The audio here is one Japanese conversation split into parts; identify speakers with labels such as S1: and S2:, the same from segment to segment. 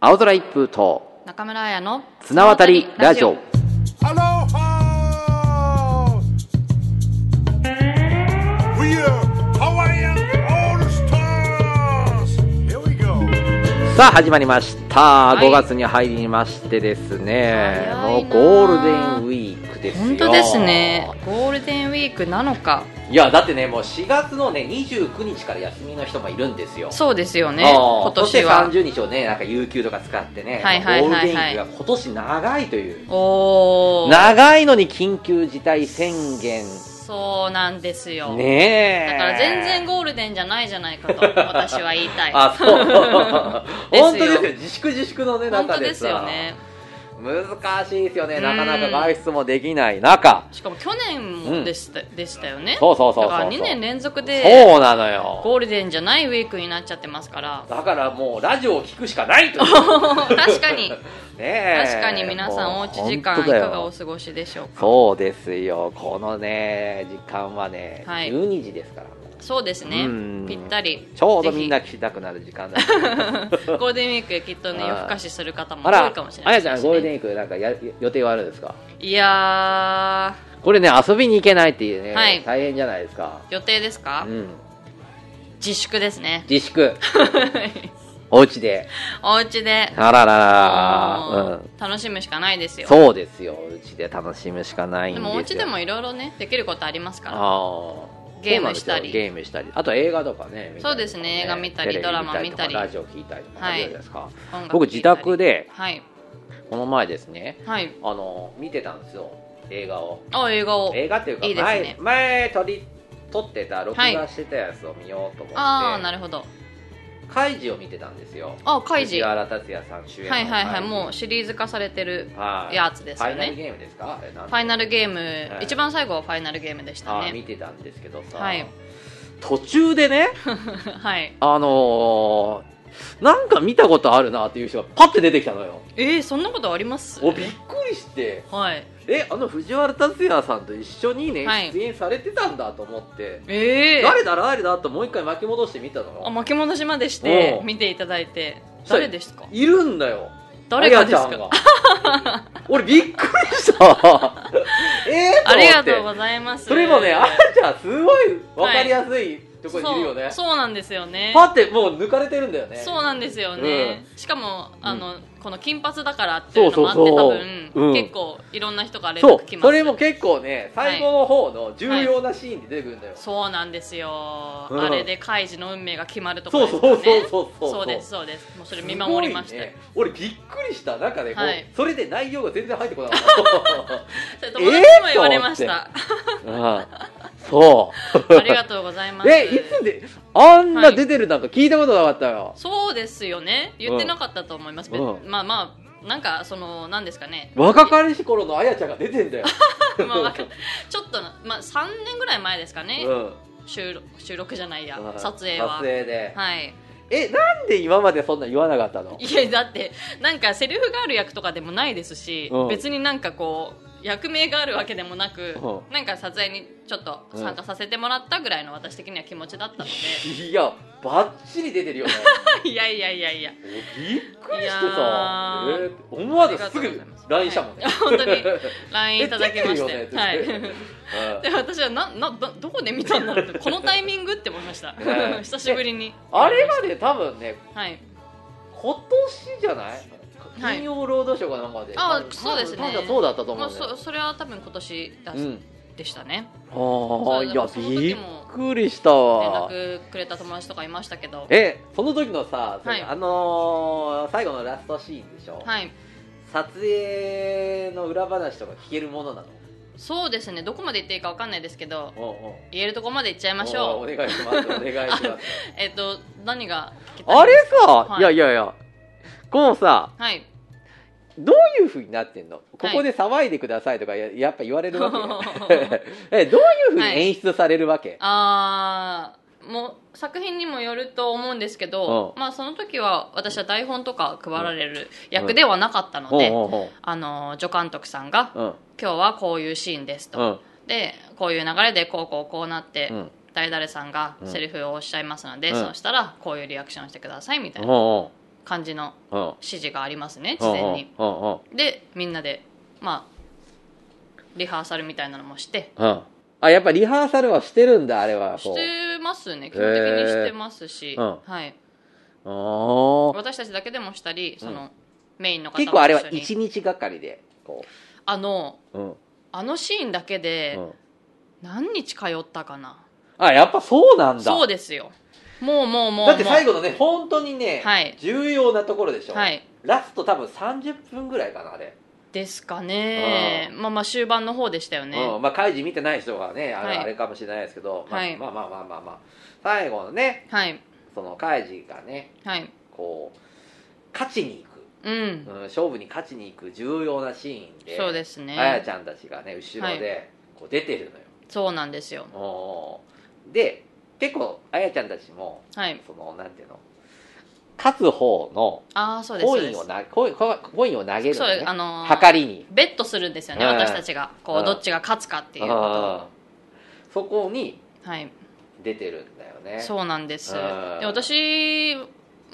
S1: 青空一風と
S2: 中村彩の
S1: 綱渡りラジオ。
S3: Aloha! We are Hawaiian All Stars! Here we go.
S1: さあ始まりました、
S2: はい
S1: 5月に入りましてですね
S2: 早
S1: も
S2: いうな
S1: ゴールデンウィークですよ
S2: 本当ですねゴールデンウィークなのか
S1: いやだってねもう4月のね29日から休みの人もいるんですよ
S2: そうですよね
S1: ああ
S2: 今年は
S1: そして30日をねなんか有給とか使ってね、
S2: はいはいはいはい
S1: ゴールデンウィークが今年長いという
S2: おお
S1: 長いのに緊急事態宣言
S2: そうなんですよ、
S1: ねえ
S2: だから全然ゴールデンじゃないじゃない かと私は言いたい
S1: あそう本当ですよ
S2: です
S1: 自粛自粛のね
S2: 本
S1: 中
S2: 当
S1: で
S2: です
S1: さ
S2: よね
S1: 難しいですよねなかな
S2: う
S1: か
S2: ん
S1: 外出もできない中
S2: しかも去年もでした,、でしたよね
S1: そうそうそうそう
S2: だから2年連続で
S1: そうなのよ
S2: ゴールデンじゃないウィークになっちゃってますから
S1: だからもうラジオを聞くしかないという
S2: 確かに
S1: ねえ
S2: 確かに皆さんお
S1: も
S2: う
S1: う
S2: ち時間い
S1: 本当だ
S2: か
S1: よ
S2: がお過ごしでしょうか
S1: そうですよこのね時間はね、
S2: はい
S1: 12時ですから
S2: そうです
S1: うん
S2: ねぴったり
S1: ちょうどみんな
S2: ぜ
S1: 聞きたくなる時間だと思います
S2: ひ ゴールデンウィークできっとね
S1: あー
S2: 夜更かしする方も
S1: あ
S2: 多い
S1: ら
S2: かもしれ
S1: あ
S2: ない
S1: や
S2: です
S1: ちゃ
S2: ね
S1: んゴールデンウィークなんかや予定はあるんですか
S2: いや
S1: これね遊びに行けないっていうね、
S2: はい
S1: 大変じゃないですか
S2: ー予定ですか
S1: うん
S2: 自粛ですね
S1: 自 粛お家で
S2: お家で
S1: あららら
S2: も
S1: ら、う、
S2: うん楽しむしかないですよ
S1: そうですようちで楽しむしかないん
S2: で
S1: ですよ
S2: もお家でもいろいろねできることありますから
S1: あー
S2: ゲームし
S1: そうな
S2: たり
S1: んですよゲームしたりあと映画とかね見たりとか
S2: そうですね映画見たり
S1: テレビ
S2: ドラマ見たり
S1: とかラジオ聞いたりとかあるじゃないですか、
S2: 音楽
S1: 僕
S2: 聴い
S1: 自
S2: たり
S1: 宅で
S2: はい
S1: この前ですね
S2: はい
S1: あの見てたんですよ映画を
S2: あ映画を
S1: 映画っていうか
S2: いいです
S1: 前
S2: ね
S1: 前撮り撮ってた録
S2: はい
S1: 画してたやつを見ようと思って、
S2: ああなるほど
S1: カイジを見てたんですよ
S2: あカイジ
S1: 藤
S2: は
S1: 原竜也さん主演
S2: い
S1: の
S2: はいはい
S1: カイジ
S2: もうシリーズ化されてる
S1: はい
S2: やつですよね
S1: ファイナルゲームですかあれなん
S2: ファイナルゲーム、
S1: い
S2: 一番最後はファイナルゲームでした
S1: あー
S2: ね
S1: 見てたんですけどさ、
S2: はい
S1: 途中でね
S2: はい
S1: あのーなんか見たことあるなっていう人がパッて出てきたのよ
S2: えー、そんなことあります
S1: おびっくりして
S2: はい
S1: えあの藤原竜也さんと一緒にね、
S2: はい
S1: 出演されてたんだと思って
S2: ええ
S1: 誰だ誰だともう一回巻き戻して見た
S2: あ
S1: の
S2: 巻き戻しまでして
S1: おう
S2: 見ていただいて
S1: それ
S2: 誰ですか
S1: いるんだよ
S2: 誰がです
S1: あやちゃん
S2: か
S1: が 俺びっくりしたえー、と思って
S2: ありがとうございます
S1: それもねあやちゃんすごい分かりやすいとこにいるよね、
S2: そうそうなんですよね
S1: パッてもう抜かれてるんだよね
S2: そうなんですよね、しかもあの、この金髪だからってい
S1: そううそ
S2: の
S1: う
S2: もあって
S1: そう
S2: 多分、
S1: うん
S2: 結構いろんな人から連
S1: そう
S2: 絡来ます
S1: それも結構ね最後の方の重要なシーンで出てくるんだよ、
S2: そうなんですよ、
S1: うん
S2: あれでカイジの運命が決まるところです
S1: そう
S2: から
S1: そう
S2: ね
S1: そうそうそう
S2: ですそうですもうそれ見守りました
S1: す
S2: よ、
S1: ごいね、俺びっくりしたなんかね、こう
S2: はい
S1: それで内容が全然入ってこなかっ
S2: それ友達にも言われました、
S1: た、うん、そ
S2: ありがとうございます
S1: えいつであんな出てるなんか聞いたことなかったよ、
S2: そうですよね言ってなかったと思います、べ
S1: うん
S2: まあまあなんかそのなんです かね
S1: 若かりし頃のあやちゃんが出てんだよ、
S2: まあわかちょっとな、まあ、3年ぐらい前ですかね、
S1: うん、
S2: 収録収録じゃないや、
S1: うん
S2: 撮影
S1: 撮
S2: は
S1: 影で、
S2: はい
S1: えなんで今までそんな言わなかったの
S2: いやだってなんかセリフがある役とかでもないですし、
S1: うん
S2: 別になんかこう役名があるわけでもなく、
S1: う
S2: なんか撮影にちょっと参加させてもらったぐらいの私的には気持ちだったので、
S1: いやバッチリ出てるよね
S2: いやいやいやいや
S1: びっくりして
S2: いや
S1: さ、え
S2: ー
S1: ー思わずす
S2: ありがとうご
S1: ぐ
S2: ざいます
S1: LINE したもんね、
S2: はい本当 に LINE いただきま
S1: え
S2: して
S1: 出るよね
S2: はい
S1: 絶対うん
S2: で私はななどどこで見たんだろうってこのタイミングって思いました
S1: ね
S2: 久しぶりに
S1: あれがね、多分ね、
S2: はい
S1: 今年じゃない
S2: はい
S1: 金曜ロードショーかなんかで。
S2: あ
S1: 多分
S2: そうですね
S1: 多分そうだったと思
S2: まあ、
S1: うね。
S2: そそれは多分今年だ
S1: う
S2: し
S1: ん。
S2: でしたね
S1: ああ、いや、
S2: その時
S1: びっ
S2: も
S1: くりした
S2: 連
S1: わ。
S2: 絡くれた友達とかいましたけど
S1: え、その時のさ、
S2: はい
S1: あのー最後のラストシーンでしょ、
S2: はい
S1: 撮影の裏話とか聞けるものなの
S2: そうですねどこまで言っていいかわかんないですけど
S1: おうおう
S2: 言えるとこまで行っちゃいまし
S1: おうお
S2: ょう
S1: 願いします、お願いします。
S2: えっ、と何が聞きた い
S1: あれさ、
S2: はい
S1: い、やいやいや、このさ、
S2: はい
S1: どういうふうになってんのここで騒いでくださいとかややっぱ言われるわけ、え、どういうふうに演出されるわけ、
S2: あーもう作品にもよると思うんですけど、
S1: う
S2: まあその時は私は台本とか配られる役ではなかったので、
S1: うんうん
S2: あの助監督さんが
S1: うん
S2: 「今日はこういうシーンです」と、
S1: うんうん
S2: でこういう流れでこうこうこうなって、
S1: うん
S2: 誰々さんが
S1: うん
S2: セリフをおっしゃいますので、
S1: うん
S2: そうしたらこういうリアクションをしてくださいみたいな
S1: うん
S2: 感じの
S1: うんうん
S2: 指示がありますね
S1: う
S2: 事
S1: ん
S2: 前に
S1: うんうん
S2: でみんなでまあリハーサルみたいなのもして
S1: うんあやっぱリハーサルはしてるんだあれは
S2: し
S1: こう
S2: てますね基本的にしてますし、
S1: うん
S2: はい、
S1: あー
S2: 私たちだけでもしたりその、メインの方も
S1: 結構あれは
S2: 一緒に
S1: 1日がかりでこ
S2: あの
S1: う、うん
S2: あのシーンだけで
S1: うん、
S2: 何日通ったかな、
S1: あやっぱそうなんだ
S2: そうですよもうもうもう
S1: だって最
S2: 後
S1: 後のね本当にね、
S2: はい
S1: 重要なところでしょ、
S2: はい
S1: ラスト多分30分ぐらいかなあれ、
S2: ですかねまあまあ終盤の方でしたよね、
S1: うんまあ開示見てない人はねあれ,、
S2: はい
S1: あれかもしれないですけど、まあ
S2: はい
S1: まあまあまあまあまあ最後のね
S2: はい
S1: その開示がね
S2: はい
S1: こう勝ちに
S2: うん、
S1: 行く、うん、勝負に勝ちに行く重要なシーンで
S2: そうですね
S1: あやちゃんたちがね後ろでこう出てるのよ、
S2: そうなんですよ
S1: おーで結構あやちゃんたちも
S2: はい
S1: そのなんていうの勝つ方の
S2: ああそうです
S1: コ
S2: そう
S1: イ
S2: で
S1: ンを
S2: す
S1: なコインコインコインを投げる
S2: そ
S1: の
S2: う
S1: ね
S2: あのー
S1: はかりに
S2: ベットするんですよね、
S1: うん
S2: 私たちがこう、
S1: うん
S2: どっちが勝つかっていうことを
S1: うんそこに
S2: はい
S1: 出てるんだよね
S2: そうなんです
S1: うん
S2: で私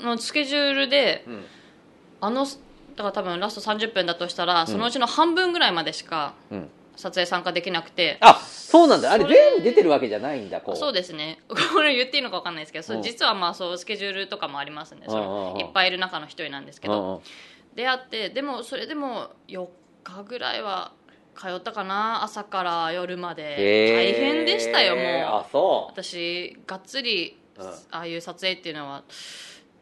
S2: のスケジュールで
S1: うん、
S2: あのだから多分ラスト30分だとしたらそのうちの半分ぐらいまでしか
S1: うん、
S2: 撮影参加できなくて、
S1: あそうなんだあれ
S2: それ
S1: 全部出てるわけじゃないんだこう
S2: そうですね これ言っていいのか分かんないですけど、そう
S1: うん
S2: 実はまあそうスケジュールとかもありますねそ
S1: うんうん
S2: の
S1: うん
S2: いっぱいいる中の一人なんですけ
S1: う
S2: ど、
S1: んうん
S2: 出会ってでもそれでも4日ぐらいは通ったかな朝から夜まで
S1: へ
S2: 大
S1: ー
S2: 変でしたよもう
S1: あそう
S2: 私がっつり、
S1: うん
S2: ああいう撮影っていうのは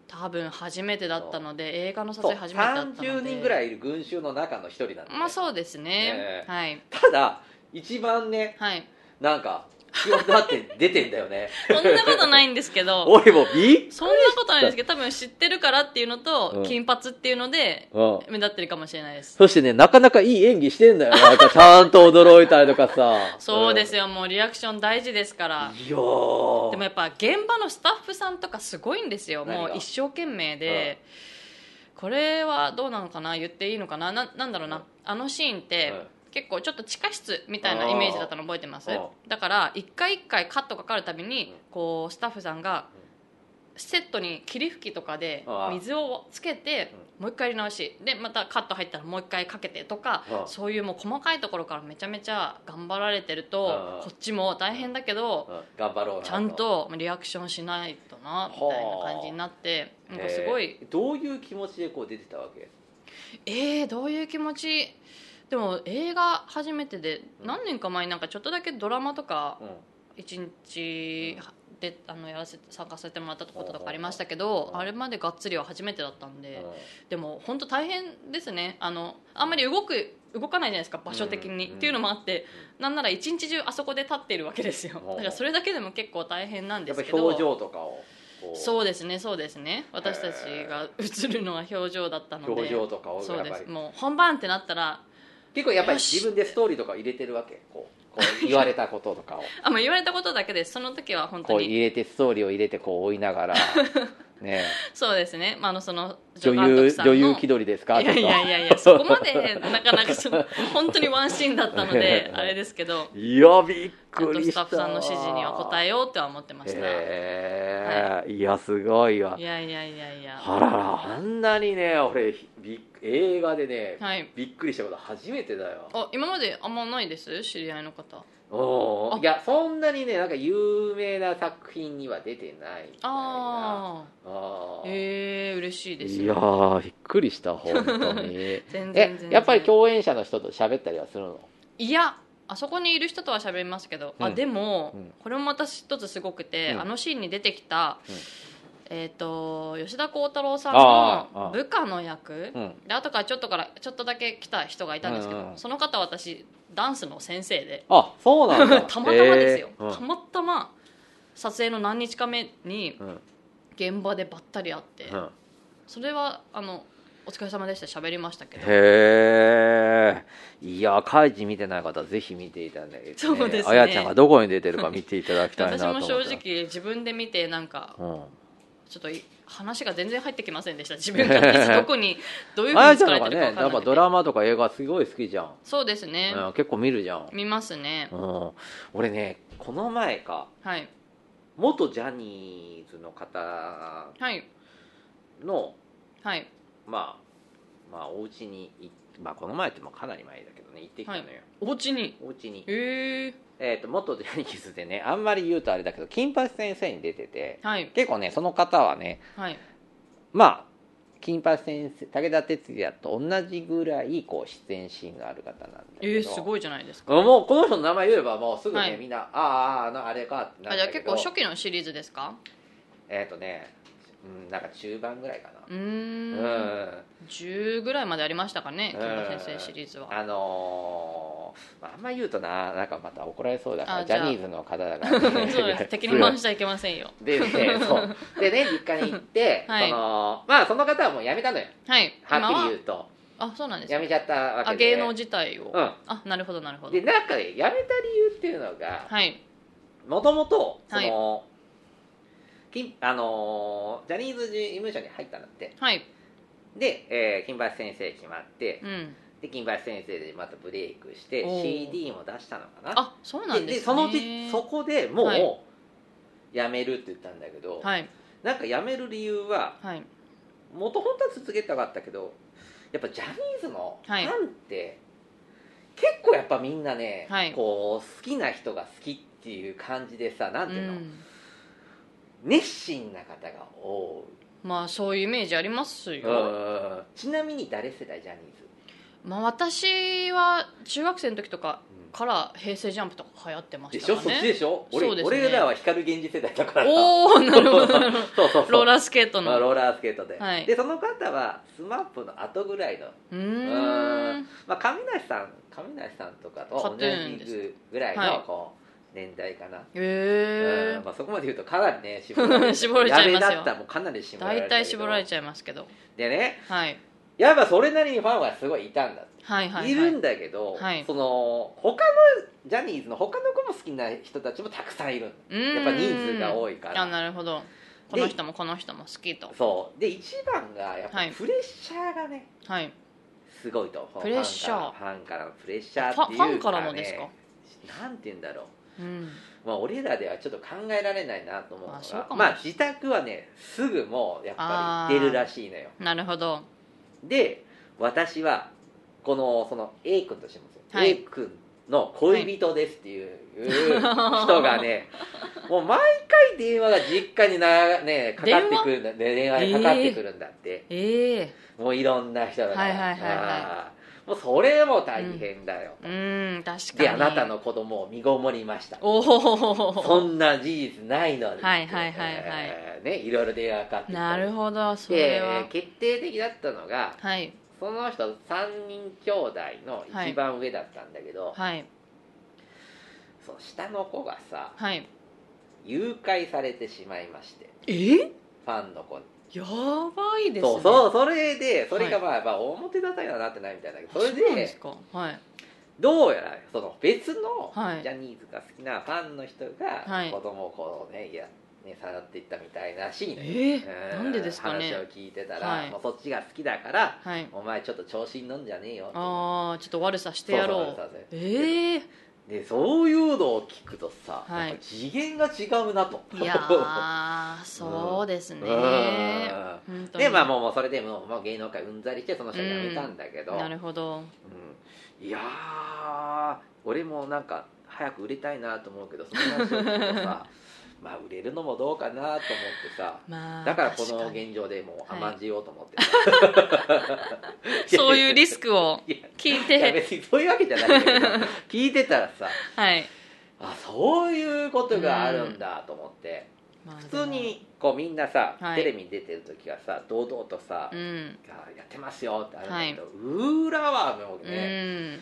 S2: 多分初めてだったので映画の撮
S1: そう
S2: 影初めてだったので
S1: 30人ぐら
S2: い
S1: いいる群衆の中の一人なんだ、ね
S2: まあそうですね
S1: え、え
S2: はい
S1: ただ一番ね
S2: はい
S1: なんか気を張って出てんだよ ね
S2: そんなことないんですけど
S1: 俺もびっ
S2: そんなことないんですけど多分知ってるからっていうのと、
S1: うん
S2: 金髪っていうので
S1: うん
S2: 目立ってるかもしれないです
S1: そしてね、なかなかいい演技してんだよ。なん か、ちゃんと驚いたりとかさ。
S2: そうです
S1: よ。
S2: よ、もうリアクション大事ですから
S1: いやー
S2: でもやっぱ現場のスタッフさんとかすごいんですよ
S1: 何
S2: も
S1: が
S2: う一生懸命で、これはどうなのかな言っていいのかなななんだろうな、
S1: うん
S2: あのシーンって、
S1: うん
S2: 結構ちょっと地下室みたいなイメージだったの覚えてます
S1: あー
S2: だから一回一回カットかかるたび
S1: う
S2: に、
S1: ん
S2: こうスタッフさんがセットに霧吹きとかで
S1: あー
S2: 水をつけてもう一回やり直しでまたカット入ったらもう一回かけてとか
S1: あー
S2: そういうもう細かいところからめちゃめちゃ頑張られてる
S1: あ
S2: と
S1: ー
S2: こっちも大変だけど
S1: うん頑張ろうな
S2: ちゃん。とリアクションしないとなみたいな感じになってなんかすごい
S1: えーどういう気持ちでこう出てたわけ
S2: えー、どういう気持ちでも映画初めてで
S1: うん
S2: 何年か前になんかちょっとだけドラマとか
S1: うん。
S2: 1日であのやらせて参加させてもらったこととかありましたけ
S1: ほうほう
S2: ど
S1: ほう
S2: あれまでがっつりは初めてだったんで
S1: うん
S2: でも本当大変ですねあのあんまり動く動かないじゃないですか場所的
S1: う
S2: に、
S1: ん
S2: っていうのもあってなんなら一日中あそこで立っているわけですよ
S1: ほう
S2: だからそれだけでも結構大変なんで
S1: やっ
S2: す
S1: ぱ
S2: けど
S1: 表情とかを、こう
S2: そうですねそうですね私たちが映るのは表情だったので
S1: 表情とかを
S2: そ
S1: や
S2: う
S1: っ
S2: で
S1: ぱ
S2: す
S1: り。
S2: もう本番ってなったら
S1: 結構やっぱり
S2: よし
S1: 自分でストーリーとかを入れてるわけ。こう、こう言われたこと とかを。
S2: あ、まあ、言われたことだけですその時は本
S1: こ
S2: 当
S1: う
S2: に
S1: 入れて、ストーリーを入れてこう追いな がら。ね
S2: そうですね、まあ、あのその
S1: 女
S2: 助監督
S1: 優、
S2: さん
S1: 女
S2: の
S1: 優気取りですか
S2: いやいやい
S1: や。
S2: やいやそこまで なかなかその本当にワンシーンだったのであれですけど
S1: いや、びっ
S2: ちゃん
S1: く
S2: と
S1: りし
S2: ス
S1: た
S2: タ
S1: わ。
S2: ッフさんの指示には応えようとは思ってました、
S1: へえいやすごいわ
S2: いやいやいやいや
S1: あららあんなにね俺びっ映画でね、
S2: はい
S1: びっくりしたこと初めてだよ
S2: あ今まであんまないです知り合いの方
S1: おー
S2: あ
S1: いやそんなにねなんか有名な作品には出てないみたいな
S2: あ
S1: あ
S2: あ
S1: ー
S2: ええ嬉しいです
S1: いやーびっくりした本当 に
S2: 全然全
S1: え
S2: 然
S1: やっぱり共演者の人と喋ったりはするの
S2: いやあそこにいる人とは喋りますけど、
S1: う
S2: あ
S1: ん
S2: でも、
S1: うん
S2: これもまた一つすごくて、
S1: うん
S2: あのシーンに出てきた、
S1: うん
S2: えっ、と吉田鋼太郎さん
S1: あーあ
S2: の
S1: ー
S2: 部下の役
S1: うん
S2: で後からちょっとからちょっとだけ来た人がいたんですけど、
S1: うんうん
S2: その方私ダンスの先生で
S1: あそう
S2: た
S1: なん
S2: ま
S1: だ
S2: たまですよ、
S1: えーうん
S2: たまたま撮影の何日か目に
S1: うん
S2: 現場でばったり会って、
S1: うん
S2: それはあのお疲れ様でした喋りましたけど
S1: へえ。いや、カイジ見てない方はぜひ見ていただきたい、ね。
S2: そうですね
S1: あやちゃんがどこに出てるか見ていただきたいな
S2: 私
S1: と思っ
S2: も
S1: て。
S2: 正直自分で見てなんか
S1: 直。
S2: ちょっとい話が全然入ってきませんでした自分が私どこにどう
S1: う
S2: いう
S1: ん。
S2: ふ
S1: あ
S2: う
S1: や
S2: に
S1: ちゃ
S2: 使
S1: んなん
S2: われて
S1: かねや
S2: るか分、か
S1: っ
S2: らな
S1: ぱ
S2: くて、
S1: ドラマとか映画すごい好きじゃん。
S2: そうですね、
S1: うん、結構見るじゃん。
S2: 見ますね
S1: うん。俺ね、この前か、
S2: はい
S1: 元ジャニーズの方
S2: はい
S1: の
S2: はい
S1: まあまあお家にいまあこの前ってもうかなり前だけどね行ってきたのよ、
S2: お家に
S1: お家に
S2: ええ
S1: えっ、と元ジャニーズでねあんまり言うとあれだけど金八先生に出てて
S2: はい
S1: 結構ねその方はね
S2: はい
S1: まあ金八先生武田鉄矢と同じぐらいこう出演シーンがある方なんだけど
S2: えー、すごいじゃないですか
S1: もうこの人の名前言えばもうすぐね、
S2: はい
S1: みんなあああああのあれかってなる
S2: あ
S1: ん
S2: じゃ
S1: だ
S2: あ
S1: け
S2: 結
S1: ど
S2: 構初期のシリーズですか
S1: えっ、とねうんなんか中盤ぐらいか
S2: う
S1: な
S2: ーん10ぐらいまでありましたかね金馬先生シリーズは
S1: あのーまあ、あんま言うとななんかまた怒られそうだか
S2: あ
S1: らジ
S2: じゃあ
S1: ャニーズの方だから、
S2: そう です敵に回しちゃいけませんよ
S1: でね、そうでね実家に行って、
S2: はい
S1: そのまあその方はもう辞めたのよ
S2: はい
S1: は
S2: 今
S1: っきり
S2: は
S1: 言うと
S2: あそうなんです
S1: 辞
S2: ね
S1: めちゃったわ
S2: あ
S1: けで
S2: 芸能自体を、
S1: うん
S2: あなるほどなるほど
S1: でなんかね辞めた理由っていうのが
S2: はい
S1: もともとそ
S2: はい
S1: の、金あのージャニーズ事務所に入ったんだって
S2: はい
S1: で、えー金八先生決まって、
S2: うん
S1: で金八先生でまたブレイクして
S2: おー
S1: CD も出したのかな
S2: あそうなんですね
S1: そのうちそこでもう、
S2: は
S1: 辞めるって言ったんだけど、
S2: はい
S1: なんか辞める理由は
S2: はい
S1: 元本当は続けたかったけどやっぱジャニーズのフ
S2: はい
S1: ァンって、結構やっぱみんなね、
S2: はい
S1: こう好きな人が好きっていう感じでさなん
S2: う
S1: ていうの、
S2: ん
S1: 熱心な方が多
S2: まあそういうイメージあります
S1: い、
S2: よ、
S1: ちなみに誰世代ジャニーズ、
S2: まあ私は中学生の時とかから平成ジャンプとか流行ってま
S1: で
S2: し
S1: しょ
S2: たか
S1: そっ
S2: ら
S1: ちで
S2: ね
S1: しょ
S2: そう
S1: 俺
S2: ですね
S1: 俺らは光源氏世代だからさ
S2: お おなるほどなるほど
S1: そうそうそう
S2: ローラースケートの
S1: まあ
S2: う
S1: ローラースケートで、
S2: はい
S1: でその方は SMAP の後ぐらいの、
S2: ーん
S1: まあ、上梨さん上梨さんとかと同じぐぐらい
S2: は
S1: の
S2: い
S1: こう年代かな、
S2: へ
S1: うん
S2: え
S1: まあ、そこまで言うとかなり ね絞られ
S2: 絞れちゃいます
S1: や
S2: よ
S1: べだったらもうかなり絞られ
S2: 大体絞られ
S1: ゃ
S2: ちゃいますけど
S1: うでね
S2: はい
S1: やっぱそれなりにファンはすごいいたんだって
S2: はいはいはい
S1: いるんだけど、
S2: はい
S1: その他のジャニーズの他の子も好きな人たちもたくさんいるやっぱ人数が多
S2: い
S1: いか
S2: あ
S1: ら
S2: なるほどこの人もこの人も好きと
S1: そうで一番がやっ
S2: は
S1: ぱ
S2: い
S1: プレッシャーがね、
S2: はい
S1: すごいと
S2: プレッシャー
S1: ファンからファンからのプレッシャーっ
S2: ファ
S1: ていう
S2: ファンからもですか
S1: なんて言うんだろ
S2: うん
S1: う、まあ、俺らではちょっと考えられないなと思うの
S2: あそうか
S1: が
S2: も
S1: まあ自宅はねすぐもうやっぱり出るらしいのよ
S2: なるほど
S1: で私はこのその A 君としてもですよ、
S2: はい
S1: A 君の恋人ですっていういう人がね、もう毎回電話が実家にな、ね、かかってくるんだね電話にかかってくるんだって、
S2: ええ
S1: もういろんな人が、
S2: はいはいはいはい
S1: あーもうそれも大変だよ、
S2: うん確かに
S1: であなたの子供を身ごもりました
S2: お
S1: そ
S2: お
S1: んな事実ないのに
S2: はいはいはいはい
S1: えーねいろいろ電話かかってきた
S2: なるほどそれ
S1: で
S2: は
S1: 決定的だったのが
S2: はい
S1: その人3人兄弟の一番上だったんだけど、
S2: はい
S1: その下の子がさ
S2: はい
S1: 誘拐されてしまいまして
S2: え
S1: ファンの子に、
S2: やばいですね
S1: そうそうそれでそれがまあ、まあ表沙汰にはなってないみたいだけどそれ
S2: そうなんです
S1: で
S2: かはい
S1: どうやらその別の
S2: はい
S1: ジャニーズが好きなファンの人
S2: は
S1: が
S2: い
S1: 子供をこうねいやねさらっていったみたいなシーン
S2: え
S1: う
S2: なんでですかね
S1: 話を聞いてたら、
S2: はい
S1: もうそっちが好きだから
S2: はい
S1: お前ちょっと調子に乗んじゃねえよ
S2: ああちょっと悪さしてやろ
S1: そうそうそ
S2: う
S1: うそう
S2: ええ
S1: でそういうのを聞くとさ、
S2: はい
S1: やっぱ次元が違うなと
S2: いやーそうですね
S1: うん
S2: 本当に
S1: でまあもうもうそれでもうもう芸能界うんざりしてその人は辞めたんだけど,、うん
S2: なるほど
S1: いやー俺もなんか早く売れたいなと思うけどその話を聞くと さまあ売れるのもどうかなと思ってさ
S2: まあ
S1: だからこ
S2: 確
S1: の
S2: に
S1: 現状でもう
S2: はい
S1: 甘んじようと思って、
S2: そういうリ スクを
S1: いや
S2: 聞
S1: い
S2: い
S1: や
S2: て
S1: 別にそういうわけじゃないんだけど聞いてたらさ
S2: はい
S1: あそういうことがあるんだと思って、
S2: まあで
S1: 普
S2: も
S1: 通にこうみんなさ、
S2: はい
S1: テレビに出てる時はさ堂々とさ、
S2: うん
S1: あやってますよってあるんだけど、裏はもう
S2: う
S1: ね、
S2: ん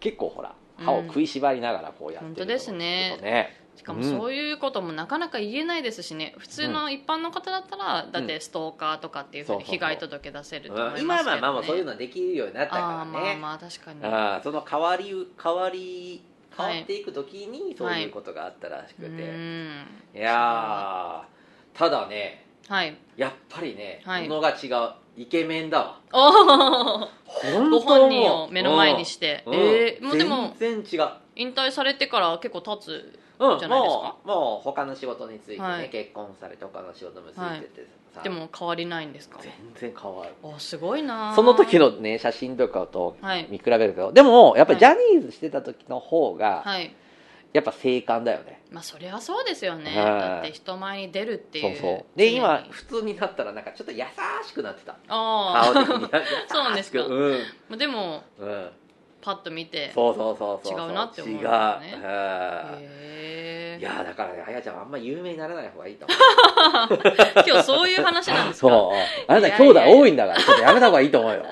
S1: 結構ほら
S2: うん
S1: 歯を食いしばりながらこうやってる
S2: 本当ですね
S1: とね
S2: しかもそういうこともなかなか言えないですしね普通の一般の方だったらだってストーカーとかっていうふうに被害届出せると思います
S1: うん
S2: け
S1: 今はまあ
S2: どね
S1: まあもうそういうのできるようになった
S2: あ
S1: か
S2: あ
S1: ら
S2: まあ
S1: ね
S2: まあ確かに
S1: あーその変わり変わり変
S2: はい
S1: わっていく時にそういうことがあったらしく
S2: う
S1: て、
S2: ん
S1: いやーただね
S2: はい
S1: やっぱりね、
S2: はい
S1: ものが違うイケメンだわ
S2: おお
S1: 本当
S2: ご本
S1: に
S2: 人を目の前にして、
S1: うん
S2: えー、もうで
S1: うん
S2: も
S1: 全然違う
S2: 引退されてから結構経つ
S1: うん
S2: じゃないです
S1: も
S2: か
S1: うもう他の仕事についてね、
S2: はい
S1: 結婚されて他の仕事もついてて、さ
S2: でも変わりないんですか
S1: 全然変わる
S2: おすごいな
S1: その時
S2: の
S1: のね写真とかと
S2: はい
S1: 見比べると、でもやっぱりジャ
S2: は
S1: ニーズしてた時の方が
S2: はい
S1: やっぱ静観だよね、
S2: まあそりゃそうですよね
S1: はい
S2: だって人前に出るって
S1: そう
S2: いう
S1: そうで今
S2: 常に
S1: 普通になったらなんかちょっと優しくなってた
S2: あ
S1: 顔的に
S2: あそうなん
S1: 優
S2: で
S1: し
S2: す
S1: く
S2: か
S1: うん
S2: まあでも
S1: うん
S2: パッと見て
S1: そうそうそうそう
S2: 違うなって思うん
S1: 違
S2: で
S1: う、
S2: すよね
S1: うん
S2: へ
S1: い
S2: え
S1: やだからねあやちゃんはあんま有名にならない方がいいと思う
S2: 今日 そういう話なんですか
S1: そう。あなた兄弟多いんだから、ちょっとやめた方がいいと思うよ。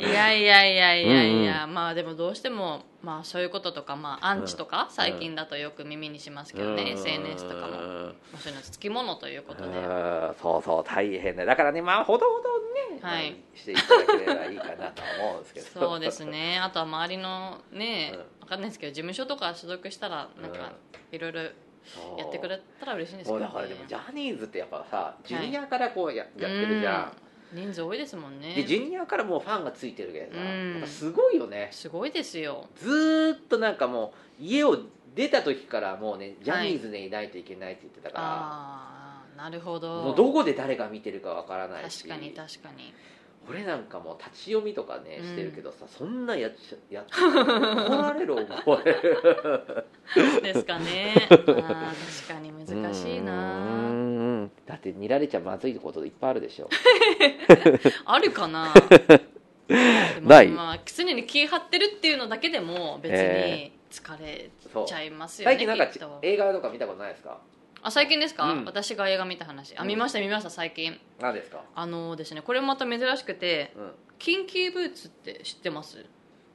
S2: いやいやいやいやいや、まあでもどうしても、まあ、そういうこととか、まあ、アンチとか、最近だとよく耳にしますけどね、SNS とかも、ま
S1: も。
S2: あ、そういうのつきものということで、
S1: うんそうそう大変だだからねまあほどほどね、
S2: はい
S1: まあしていただければいいかなとは思うんですけど
S2: そ うですねあとは周りのね、
S1: うん
S2: わかんないですけど事務所とか所属したらなんかいろいろやってくれたら嬉しいんです
S1: そ
S2: け
S1: う
S2: ど、
S1: だか
S2: ね
S1: らでもジャニーズってやっぱさジュニアからこうや,、やってるじゃん、
S2: うん人数多いですもんね
S1: でジュニアからもうファンがついてるけどさ、
S2: うん
S1: やっぱすごいよね
S2: すごいですよ
S1: ずーっとなんかもう家を出た時からもうねジャニーズでいないといけないって言ってたから、
S2: ああなるほど
S1: もうどこで誰が見てるかわからないし
S2: 確かに確かに
S1: 俺なんかもう立ち読みとかね
S2: うん
S1: してるけどさ、そんなんやっちゃやってたら怒られる怒られる
S2: です かねあー確かに難しい
S1: ー
S2: うなん
S1: だって見られちゃまずいこといっぱいあるでしょ
S2: ある かなでも
S1: ない
S2: まあ、常に気張ってるっていうのだけでも別
S1: え
S2: に疲れ
S1: そう
S2: ちゃいますよね、
S1: 最近なんか
S2: きっと
S1: 映画とか見たことないですか
S2: あ最近ですか、
S1: うん
S2: 私が映画見た話あ見ました見ました最近
S1: 何ですか
S2: あのですねこれもまた珍しくて
S1: うん
S2: キンキーブーツって知ってます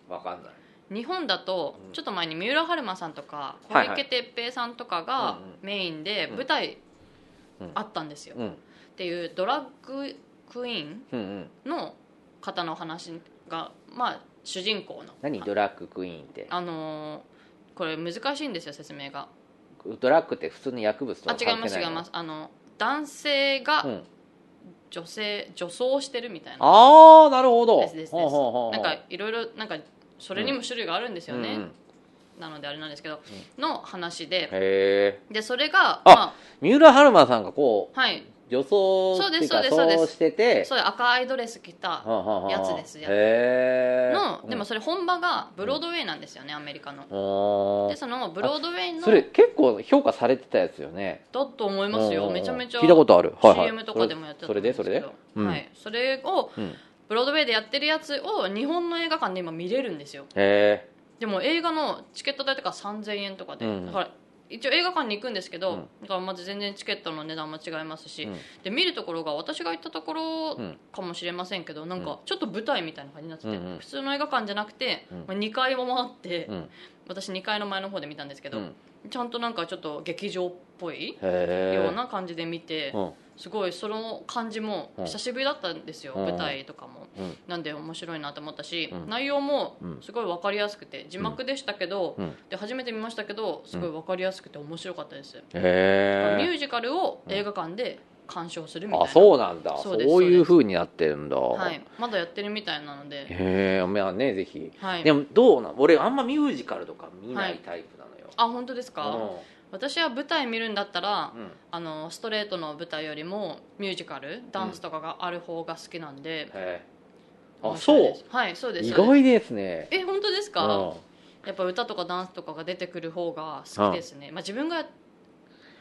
S1: わかんない
S2: 日本だと
S1: うん
S2: ちょっと前に三浦春馬さんとか小
S1: はいはい
S2: 池徹平さんとかが
S1: うんうん
S2: メインで
S1: うん
S2: 舞台
S1: うん
S2: あったんですよ、
S1: う
S2: っ
S1: ん
S2: ていうドラッグクイーン
S1: うんうん
S2: の方の話がまあ主人公の
S1: 何
S2: あ
S1: ドラッグクイーンって
S2: あのーこれ難しいんですよ説明が
S1: ドラッグって普通の薬物と
S2: あ
S1: か
S2: 違います違いますすあの男性
S1: う
S2: が
S1: ん、
S2: 女性女装してるみたいな
S1: ああなるほど
S2: ですですです
S1: ほうほうほうほう
S2: なんかいろいろなんかそれにも種類があるんですよね、
S1: うんうん
S2: なのであれなんですけど、の話で
S1: へえ
S2: でそれが
S1: あ三浦春馬さんがこう
S2: まあはい
S1: 女装
S2: そう
S1: って
S2: で
S1: い
S2: す
S1: うか
S2: そうです
S1: そうしてて
S2: そういう赤いドレス着たやつですやつ
S1: へえ
S2: のでもそれ本場がブロードウェイなんですよねアメリカの
S1: うん
S2: でそのブロードウェイの
S1: それ結構評価されてたやつよね
S2: だと思います
S1: うんうん
S2: よ
S1: うん
S2: めちゃめちゃ
S1: 聞いたことあるはいはい
S2: CM とかでもやってた
S1: それでそれで
S2: と思
S1: うん
S2: うんですけどはいそれを
S1: うんへ
S2: ブロードウェイでやってるやつを日本の映画館で今見れるんですよ
S1: え
S2: でも映画のチケット代とか3000円とかで、
S1: うん
S2: だから一応映画館に行くんですけど、
S1: うん
S2: だからまず全然チケットの値段も違いますし、
S1: うん
S2: で見るところが私が行ったところ
S1: うん
S2: かもしれませんけど、なん
S1: うん
S2: かちょっと舞台みたいな感じになってて、
S1: うんうん
S2: 普通の映画館じゃなくて、
S1: うん
S2: まあ、2階も回って、
S1: うん
S2: 私2階の前の方で見たんですけ
S1: う
S2: ど、
S1: んへ
S2: ちゃんとなんかちょっと劇場っぽいよう
S1: え
S2: な感じで見て、
S1: うん
S2: すごいその感じも
S1: うん
S2: 久しぶりだったんですよ、
S1: うん
S2: 舞台とかも、
S1: うん
S2: なんで面白いなと思ったし、
S1: うん
S2: 内容も
S1: うん
S2: すごい分かりやすくて字幕でしたけど、
S1: うん
S2: で初めて見ましたけどすごい分かりやすくて面白かったです、
S1: へ
S2: ミュ
S1: え
S2: ージカルを映画館で鑑賞するみたいな、
S1: あそうなんだ
S2: そ
S1: そう
S2: です
S1: ういう
S2: そうです
S1: ふうになってるんだ
S2: はい
S1: へ、
S2: まだやってるみたいなので、
S1: えまあねぜひ
S2: はい
S1: で、もどうなん俺あんまミュージカルとか見ないタイプなのよ
S2: あ本当ですか、私は舞台見るんだったら、
S1: うんうん
S2: あのストレートの舞台よりもミュージカルダンスとかがある方が好きなんで、
S1: へえあ
S2: 面白
S1: そ
S2: い
S1: う
S2: ですはいそうです
S1: 意
S2: そうです
S1: 外ですね
S2: え本当ですか、
S1: うん
S2: やっぱ歌とかダンスとかが出てくる方が好きですね、まあ、自分が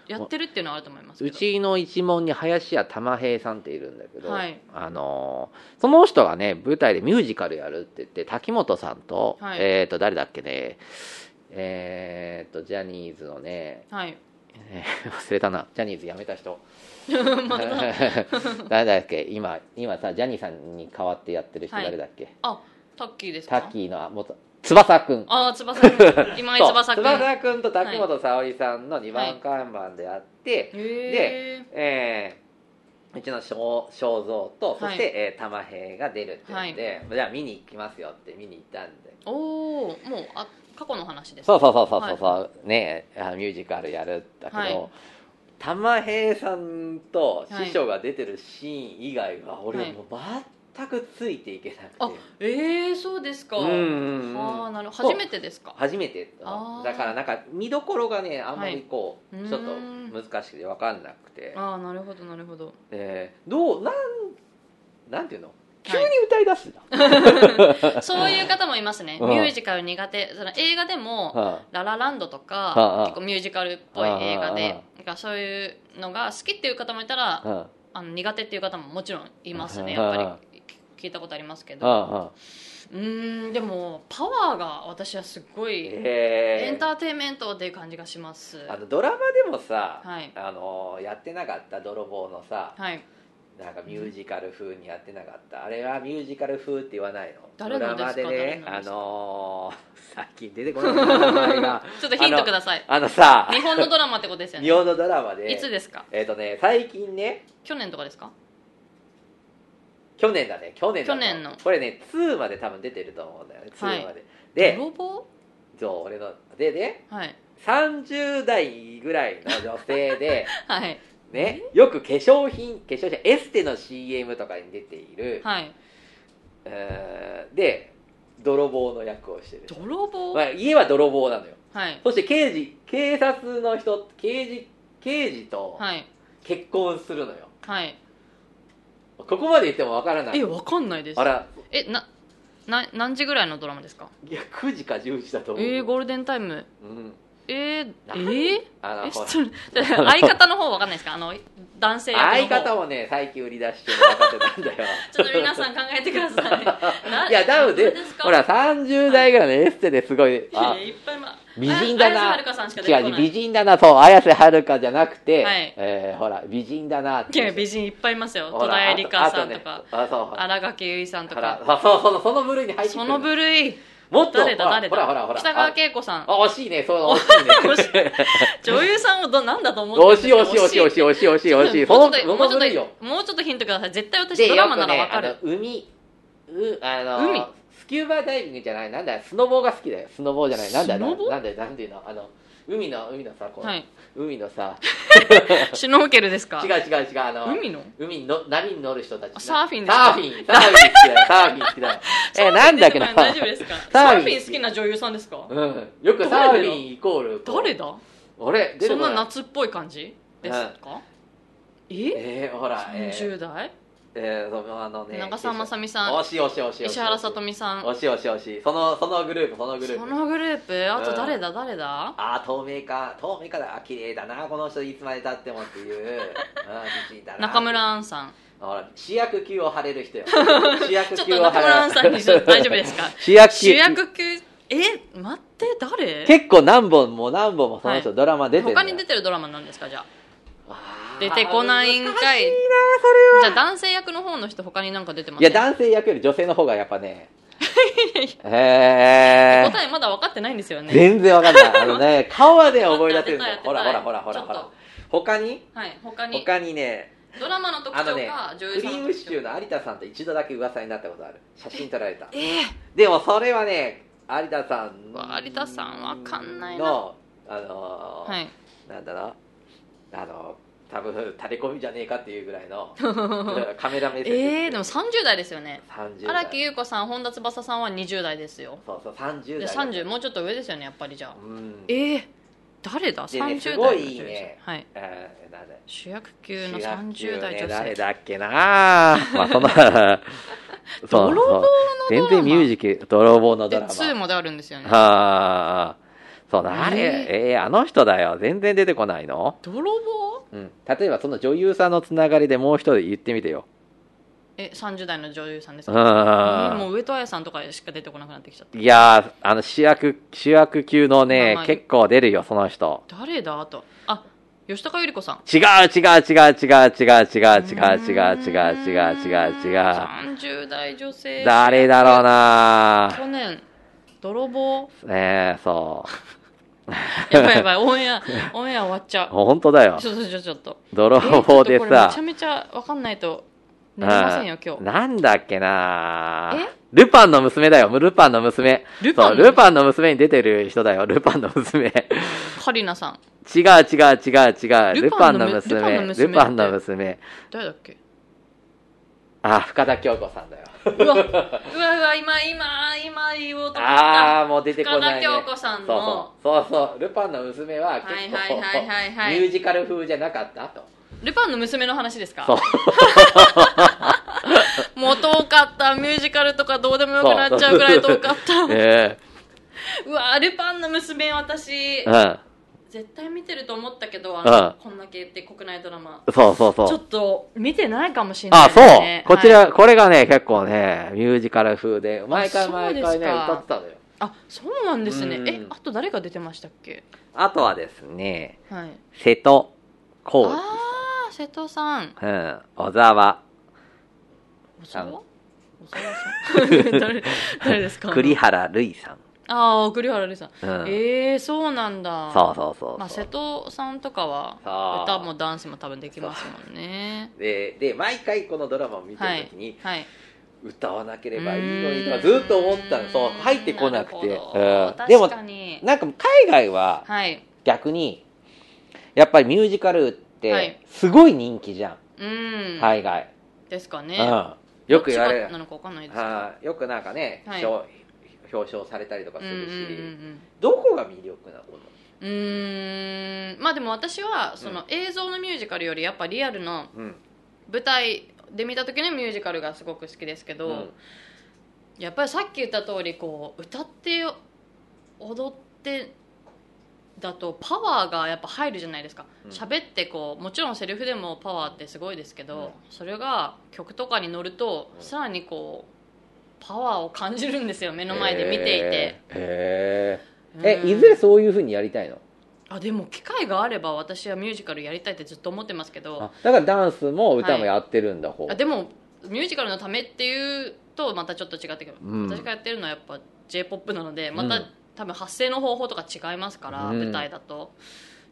S2: やってるっていうのはあると思いますけ
S1: う
S2: ど
S1: ちの一門に林家玉平さんっているんだけど、
S2: はい
S1: あのーその人がね舞台でミュージカルやるって言って滝本さんと、
S2: はい
S1: えっ、と誰だっけねえっ、とジャニーズのね、
S2: はい
S1: えー忘れたなジャニーズ辞めた人
S2: また
S1: 誰だっけ今今さジャニーさんに代わってやってる人
S2: はい
S1: 誰だっけ、
S2: あタッキーです
S1: タ
S2: か
S1: ッキーの元翼くん
S2: ああ翼くん今井
S1: そう
S2: 翼くんへ
S1: 翼くんと滝本沙織さんの2番看板であって、
S2: え
S1: えーうちの肖肖像とそして、
S2: はい
S1: えー玉平が出るっていうんで、じゃあ見に行きますよって見に行ったんで
S2: おおもうあ過去の話です
S1: そうそうそうそうそうそう、ねえあミュージカルやるんだけど、
S2: はい
S1: 玉平さんと
S2: はい
S1: 師匠が出てるシーン以外は俺
S2: はい
S1: もう全くついていけなくて、
S2: あええそうですか、
S1: うんうんうん
S2: ああなる
S1: そう
S2: 初めてですか
S1: 初めて
S2: あー
S1: だからなんか見どころがねあんまりこう、
S2: はい
S1: ちょっと
S2: うーん
S1: 難しくて分かんなくて、
S2: ああなるほどなるほど
S1: えーどうなんなんていうの急に
S2: はい
S1: 歌い出すんだ、
S2: そういう方もいますね
S1: うん
S2: ミュージカル苦手その映画で も
S1: は
S2: ララランドと
S1: ああ
S2: か結構ミュージカルっぽい映画
S1: あああ
S2: で
S1: あ
S2: なんかそういうのが好きっていう方もいた
S1: あ
S2: ら
S1: は
S2: あの苦手っていう方ももちろんいますね
S1: あ
S2: や
S1: あ
S2: っぱり聞聞いたことありますけ
S1: あ
S2: ど
S1: はあ
S2: うーんでもパワーが私はすごい
S1: え
S2: エ
S1: ー
S2: ンターテインメントっていう感じがします
S1: あのドラマでもさ、
S2: はい
S1: あのやってなかった泥棒のさ
S2: はい
S1: なんかミュージカル風にやってなかったあれはミュージカル風って言わないの
S2: 誰
S1: ド
S2: の
S1: ラ
S2: です
S1: マ
S2: か
S1: でね
S2: 誰の
S1: あ
S2: ですか
S1: のー、さっき出てこないな名前 が
S2: ちょっとヒントください
S1: あのさ
S2: 日本のドラマってことですよ
S1: 日
S2: ね
S1: 本のドラマで
S2: いつですか
S1: えっ、とね最近ね
S2: 去年とかですか
S1: 去年だね去年だ
S2: 去年の
S1: これね2まで多分出てると思うんだよね2まで、
S2: は
S1: で
S2: 泥棒
S1: そう俺のでね
S2: はい
S1: 30代ぐらいの女性 で
S2: はい
S1: ねよく化粧品化粧品エステの CM とかに出ている、
S2: はい
S1: えーで泥棒の役をしてる、
S2: 泥棒
S1: ま
S2: はい
S1: あ、家は泥棒なのよ
S2: はい
S1: そして刑事警察の人刑事刑事と
S2: はい
S1: 結婚するのよここまで言ってもわからない
S2: えわかんないです
S1: あら
S2: えなな何時ぐらいのドラマですか
S1: いや9時か10時だと思う
S2: えー、ゴールデンタイム
S1: うん
S2: えー、え
S1: なん
S2: ー、
S1: あの
S2: えち
S1: ほ
S2: ょっ
S1: ら
S2: と相方の方わかんないですかあの男性役の方
S1: 相方もね最近売り出してもらかってたんだよ
S2: ちょっと皆さん考えてください ない
S1: やダウで
S2: 何すか
S1: ほら30代ぐらいのエステですごいあ
S2: いやいっぱいま
S1: 美人だ
S2: あ
S1: な
S2: 綾瀬はるかさんしか出てこ
S1: 違
S2: な
S1: う
S2: い
S1: 美人だなそう綾瀬はるかじゃなくて、
S2: はい
S1: えーほら戸田恵梨香美人だなっ
S2: いや
S1: 人
S2: 美人いっぱいいますよ戸田恵梨香さんとか
S1: あとねあ
S2: 新垣結衣さん
S1: そう
S2: と
S1: ほら
S2: か
S1: あそうそのその部類に入ってく
S2: そ
S1: る
S2: の部類
S1: もっと
S2: 誰だ誰
S1: ほらほらほらほ
S2: だ
S1: ら
S2: 北川景子さん
S1: あ惜しいねそう惜 しいね
S2: 女優さんをどなんだと思
S1: 惜
S2: って
S1: しい惜しい惜しい惜しい惜しい惜しい惜しいそ
S2: も
S1: の
S2: うちょっと
S1: そ
S2: もう
S1: の部
S2: ちょっ
S1: 類よ
S2: ともうちょっとヒントください絶対私
S1: で
S2: ド
S1: よ
S2: ラマな
S1: く
S2: ら
S1: ね
S2: わか
S1: あ
S2: る
S1: の海うあの
S2: 海
S1: スキューバダイビングじゃないなんだスノボが好きだよスノボじゃないなんだ
S2: スノボ
S1: なんだよなんていうのあの海の海のさこう、
S2: はい
S1: 海のさ
S2: シュノーケルですか
S1: 違う違う違うあの
S2: 海の
S1: 海にの波に乗る人たち
S2: サーフィンです
S1: サ
S2: か
S1: ーフィンサーフィン好きだよサーフィン好きだよえなんだっけな
S2: 大丈夫ですか
S1: サ
S2: サ
S1: ーフ
S2: ー
S1: ィン
S2: フィン好きな女優さんですか
S1: うんよくサーフィンイコールこう
S2: 誰だ
S1: 俺出て
S2: そ
S1: こ
S2: ん
S1: な
S2: ない夏っぽい感じですかえ
S1: えー、ほらえー
S2: 30代
S1: えー、そのあのね
S2: 長澤まさみさん
S1: 惜しい惜しい惜しい惜しい
S2: 石原さとみさん
S1: 惜しい惜しい惜しいそのそのグループそのグループ
S2: そのグループあと誰だ誰だ
S1: ああ透明か透明かだあ綺麗だなこの人いつまでたってもっていううん美人だな
S2: 中村アンさん
S1: ほら主役級を張れる 人よ主役
S2: ちょっ
S1: 級
S2: と
S1: を張
S2: 中
S1: れ
S2: 村アンさんにちょっと大丈夫ですか
S1: 主役級
S2: 主役級え待って誰
S1: 結構何本も何本もその人、
S2: はい
S1: ドラマ出てる
S2: 他に出
S1: て
S2: てるドラマなんですかじゃあ出てこないんかい
S1: 難しいなそれは
S2: じゃあ男性役の方の人他になんか出てま
S1: い
S2: す
S1: や男性役より女性の方がやっぱ ねえー
S2: 答えまだ分かってないんですよね
S1: 全然わかんないあのね顔はね思い出せるんだよ ほ
S2: 当
S1: ら
S2: て
S1: ほ
S2: たい
S1: らほらほらほ
S2: ちょ
S1: ら
S2: っと
S1: 他に
S2: はい他に
S1: 他にね
S2: ドラマの特
S1: あの
S2: 徴
S1: ね
S2: か、女優
S1: ク
S2: さ
S1: リー
S2: んの
S1: ム
S2: 特
S1: シチ
S2: 徴
S1: ューの有田さんと一度だけ噂になったことある写真撮られた
S2: ええ
S1: でもそれはね有田さん
S2: うわ有田さんわかんないな
S1: のあのー
S2: はい
S1: なんだろうあのー多分垂れ込みじゃねえかっていうぐらいのカメラ目線
S2: ええでも30代ですよね
S1: 30
S2: 荒木
S1: 代
S2: 優子さん本田翼さんは20代ですよ
S1: そうそう30
S2: で
S1: 代
S2: 30もうちょっと上ですよねやっぱりじゃあ
S1: うん
S2: ええ誰だ
S1: でねす
S2: 30代
S1: ご
S2: の
S1: い
S2: 女優
S1: ね
S2: さんはい
S1: えーなんだ
S2: 主役級の
S1: 主役
S2: 30代
S1: ね
S2: 女
S1: 誰
S2: 性
S1: だっけなまあそんなそうそう
S2: 泥棒のドラマ
S1: 全然ミュージック泥棒のド
S2: で
S1: ラマ
S2: 2まであるんですよね
S1: はあ。そうだ、あれ、
S2: え
S1: えーあの人だよ。全然出てこないの
S2: 泥棒
S1: うん。例えば、その女優さんのつながりでもう一人言ってみてよ。
S2: え30代の女優さんです
S1: う
S2: かえー
S1: ん。
S2: もう上戸彩さんとかしか出てこなくなってきちゃった
S1: いやー、あの、主役、主役級のね、
S2: まあまあ
S1: 結構出るよ、その人。
S2: 誰だあとあ吉高由里子さん
S1: 違う違う違う違う違う違う違う違う違う違う違う違う。
S2: 30代女性
S1: 誰だろうな
S2: 去年泥棒
S1: ねえ、そう。
S2: やばいやばいオンエアオンエア終わっちゃう
S1: 本当だよ
S2: ち。ょっとちょっとちょっと
S1: 泥
S2: えーちょ
S1: 棒
S2: っと
S1: で
S2: これめ
S1: さ
S2: ちゃ。めちゃ分かんないと寝れませんよ今
S1: う
S2: 日
S1: んなんだっけな
S2: え
S1: ルパンの娘だよ、ルパンの娘。
S2: ルパンの
S1: そう、ルパンの娘に出てる人だよ、 ルパンの娘。
S2: カリナさん
S1: 違う違う違う違う、ル
S2: ル
S1: パ
S2: パ
S1: ン
S2: ン
S1: の
S2: の
S1: 娘。
S2: 娘
S1: ルパンの娘。
S2: 誰だっけ
S1: あ、深田恭子さん だよ。
S2: うわうわうわ今今今言おうと思った
S1: あー、もう出てこない、ね。
S2: 深田恭子さんの
S1: そうそう。そうそう。ルパンの娘は結構、
S2: はいはいはいはいはい
S1: ミュージカル風じゃなかったと。
S2: ルパンの娘の話ですか
S1: そう。
S2: もう遠かったミュージカルとかどうでもよく なっちゃうぐらい遠 かった、
S1: え
S2: うわルパンの娘私
S1: えうん。
S2: 絶対見てると思ったけどあのこんだけ言って国内ドラマ
S1: そうそうそう。
S2: ちょっと見てないかもしれない
S1: あ、
S2: で
S1: そ
S2: す
S1: う、
S2: ね
S1: こち
S2: はい
S1: ら、これがね、結構ね、ミュージカル風で、毎回
S2: そう
S1: 毎
S2: で
S1: 回
S2: すか
S1: ね、歌ってたのよ。
S2: あそうなんですね
S1: うん
S2: えあと誰が出てましたっけ
S1: あとはですね、
S2: はい
S1: 瀬戸康
S2: ああ瀬戸さん
S1: 史、うん、小沢、
S2: 小
S1: あ
S2: 沢
S1: の
S2: 小沢さん 誰誰ですか
S1: 栗原類さん。
S2: ああ栗原瑠さん、
S1: うん
S2: ええー、そうなんだ
S1: そうそうそうそう、
S2: まあ、瀬戸さんとかは
S1: そう
S2: 歌もダンスも多分できますもんね
S1: で。で、毎回このドラマを見て
S2: は
S1: る
S2: い
S1: ときに、
S2: はい
S1: 歌わなければいいのにとか、ずっと思ったの。そう、入ってこなくて。
S2: るほど
S1: うん、で
S2: 確
S1: も、
S2: かに
S1: なんか海外は
S2: はい
S1: 逆に、やっぱりミュージカルっ
S2: はい
S1: て、すごい人気じゃ
S2: うん
S1: ん、海外。
S2: ですかね
S1: うん、よく言われる
S2: どっちがなのかわかんないですけど
S1: はいよくなんかね、
S2: はい
S1: 表表彰されたりとか
S2: う
S1: す
S2: んうん
S1: るし、
S2: うん
S1: どこが魅力なの
S2: うんうーんまあでも私はその映像のミュージカルよりやっぱリアルの
S1: うん
S2: 舞台で見た時のミュージカルがすごく好きですけど、
S1: うん
S2: やっぱりさっき言った通りこう歌って踊ってだとパワーがやっぱ入るじゃないですか
S1: うん
S2: 喋、ってこうもちろんセリフでもパワーってすごいですけど、それが曲とかに乗ると、
S1: うん
S2: さらにこうパワーを感じるんですよ目の前で見ていて、
S1: へえ
S2: うん
S1: えいずれそういうふうにやりたいの
S2: あでも機会があれば私はミュージカルやりたいってずっと思ってますけど
S1: あだからダンスも歌もやってるんだ、ほう
S2: あでもミュージカルのためっていうとまたちょっと違ってくる、
S1: うん
S2: 私がやってるのはやっぱ j p o p なのでまた、
S1: うん
S2: 多分発声の方法とか違いますから、
S1: うん
S2: 舞台だと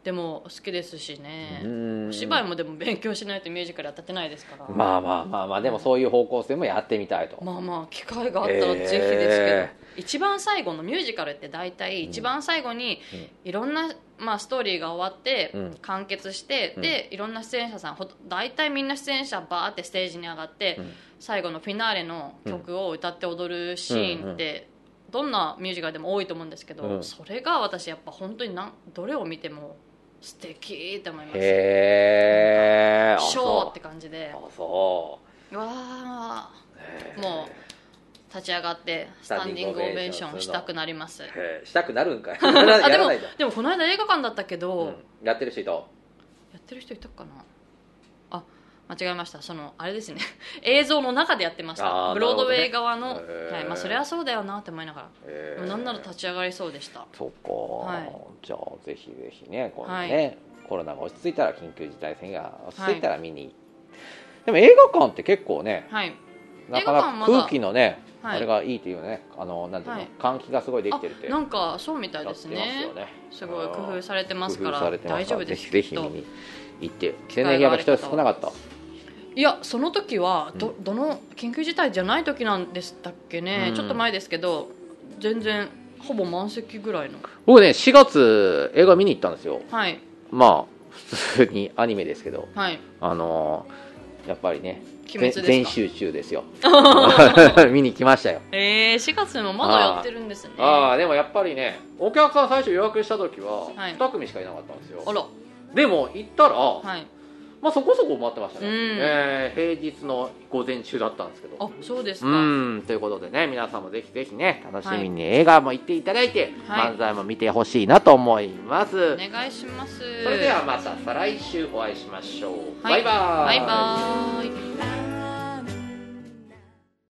S2: でも好きですしね、
S1: うん
S2: お芝居もでも勉強しないとミュージカル当たってないですから、
S1: まあまあまあまあでもそういう方向性もやってみたいと、
S2: まあまあ機会があったらぜひですけど、
S1: え
S2: 一番最後のミュージカルって大体一番最後に
S1: うん
S2: いろんな、まあ、ストーリーが終わって、
S1: うん
S2: 完結して、
S1: うん
S2: でいろんな出演者さんほと大体みんな出演者バーってステージに上がって、
S1: うん
S2: 最後のフィナーレの曲を歌って踊るシーンって、どんなミュージカルでも多いと思うんですけど、
S1: うん
S2: それが私やっぱ本当になんどれを見ても素敵って思います
S1: へえ
S2: ショーって感じで
S1: あそう
S2: わあ
S1: う
S2: もう立ち上がってスタンディングオベーションしたくなります
S1: うへえしたくなるんかいやら
S2: あでも
S1: ないじゃん
S2: でもこの間映画館だったけど、
S1: うんやってる人いた
S2: やってる人いたかなあ間違えましたそのあれですね 映像の中でやってまし
S1: あ
S2: た
S1: ー
S2: ブロードウェイ側
S1: な
S2: の、
S1: るほどねへー
S2: はいまあ、それはそうだよなって思いながら、
S1: へ
S2: で
S1: え
S2: もなんなら立ち上がりそうでした
S1: そっか、
S2: い
S1: じゃあぜひぜひね今度ね、
S2: は
S1: コロナが落ち着いたら緊急事態宣言が落ち着いたら見に、でも映画館って結構ね
S2: はい
S1: なかな
S2: 映画館
S1: か
S2: まだ
S1: 空気のね、
S2: はい
S1: あれがいいっていうねあのなんていうの、
S2: はい
S1: 換気がすごいでき
S2: あ
S1: てるって
S2: なんかそうみたい
S1: や
S2: で
S1: っ
S2: す
S1: て
S2: ね
S1: ますよね
S2: すごい工夫され
S1: れ
S2: てますか
S1: 工
S2: ら
S1: 夫されてます
S2: 大丈夫です
S1: ぜひぜひ
S2: きっ
S1: 見
S2: と
S1: に行って去年やっぱ人少なかった
S2: いやその時はど,、
S1: う
S2: どの緊急事態じゃない時なんでしたっけね、
S1: うん
S2: ちょっと前ですけど全然ほぼ満席ぐらいの
S1: 僕ね4月映画見に行ったんですよ
S2: はい
S1: まあ普通にアニメですけど
S2: はい
S1: あのーやっぱりね
S2: 鬼滅ですか
S1: 全集中です よ見に来ましたよ
S2: えー、4月もまだやってるんですね
S1: ああでもやっぱりねお客さん最初予約した時は
S2: はい
S1: 2組しかいなかったんですよ、
S2: あら
S1: でも行ったら、
S2: はい
S1: まあ、そこそこ埋まってましたね、
S2: うん
S1: えー平日の午前中だったんですけど
S2: あそうです
S1: う
S2: か、
S1: んということでね皆さんもぜひぜひね楽しみに映画も行っていただいて、
S2: はい
S1: 漫才も見てほしいなと思います、
S2: お願いします
S1: それではまた再来週お会いしましょう、
S2: はい
S1: バイバー
S2: バイバーイ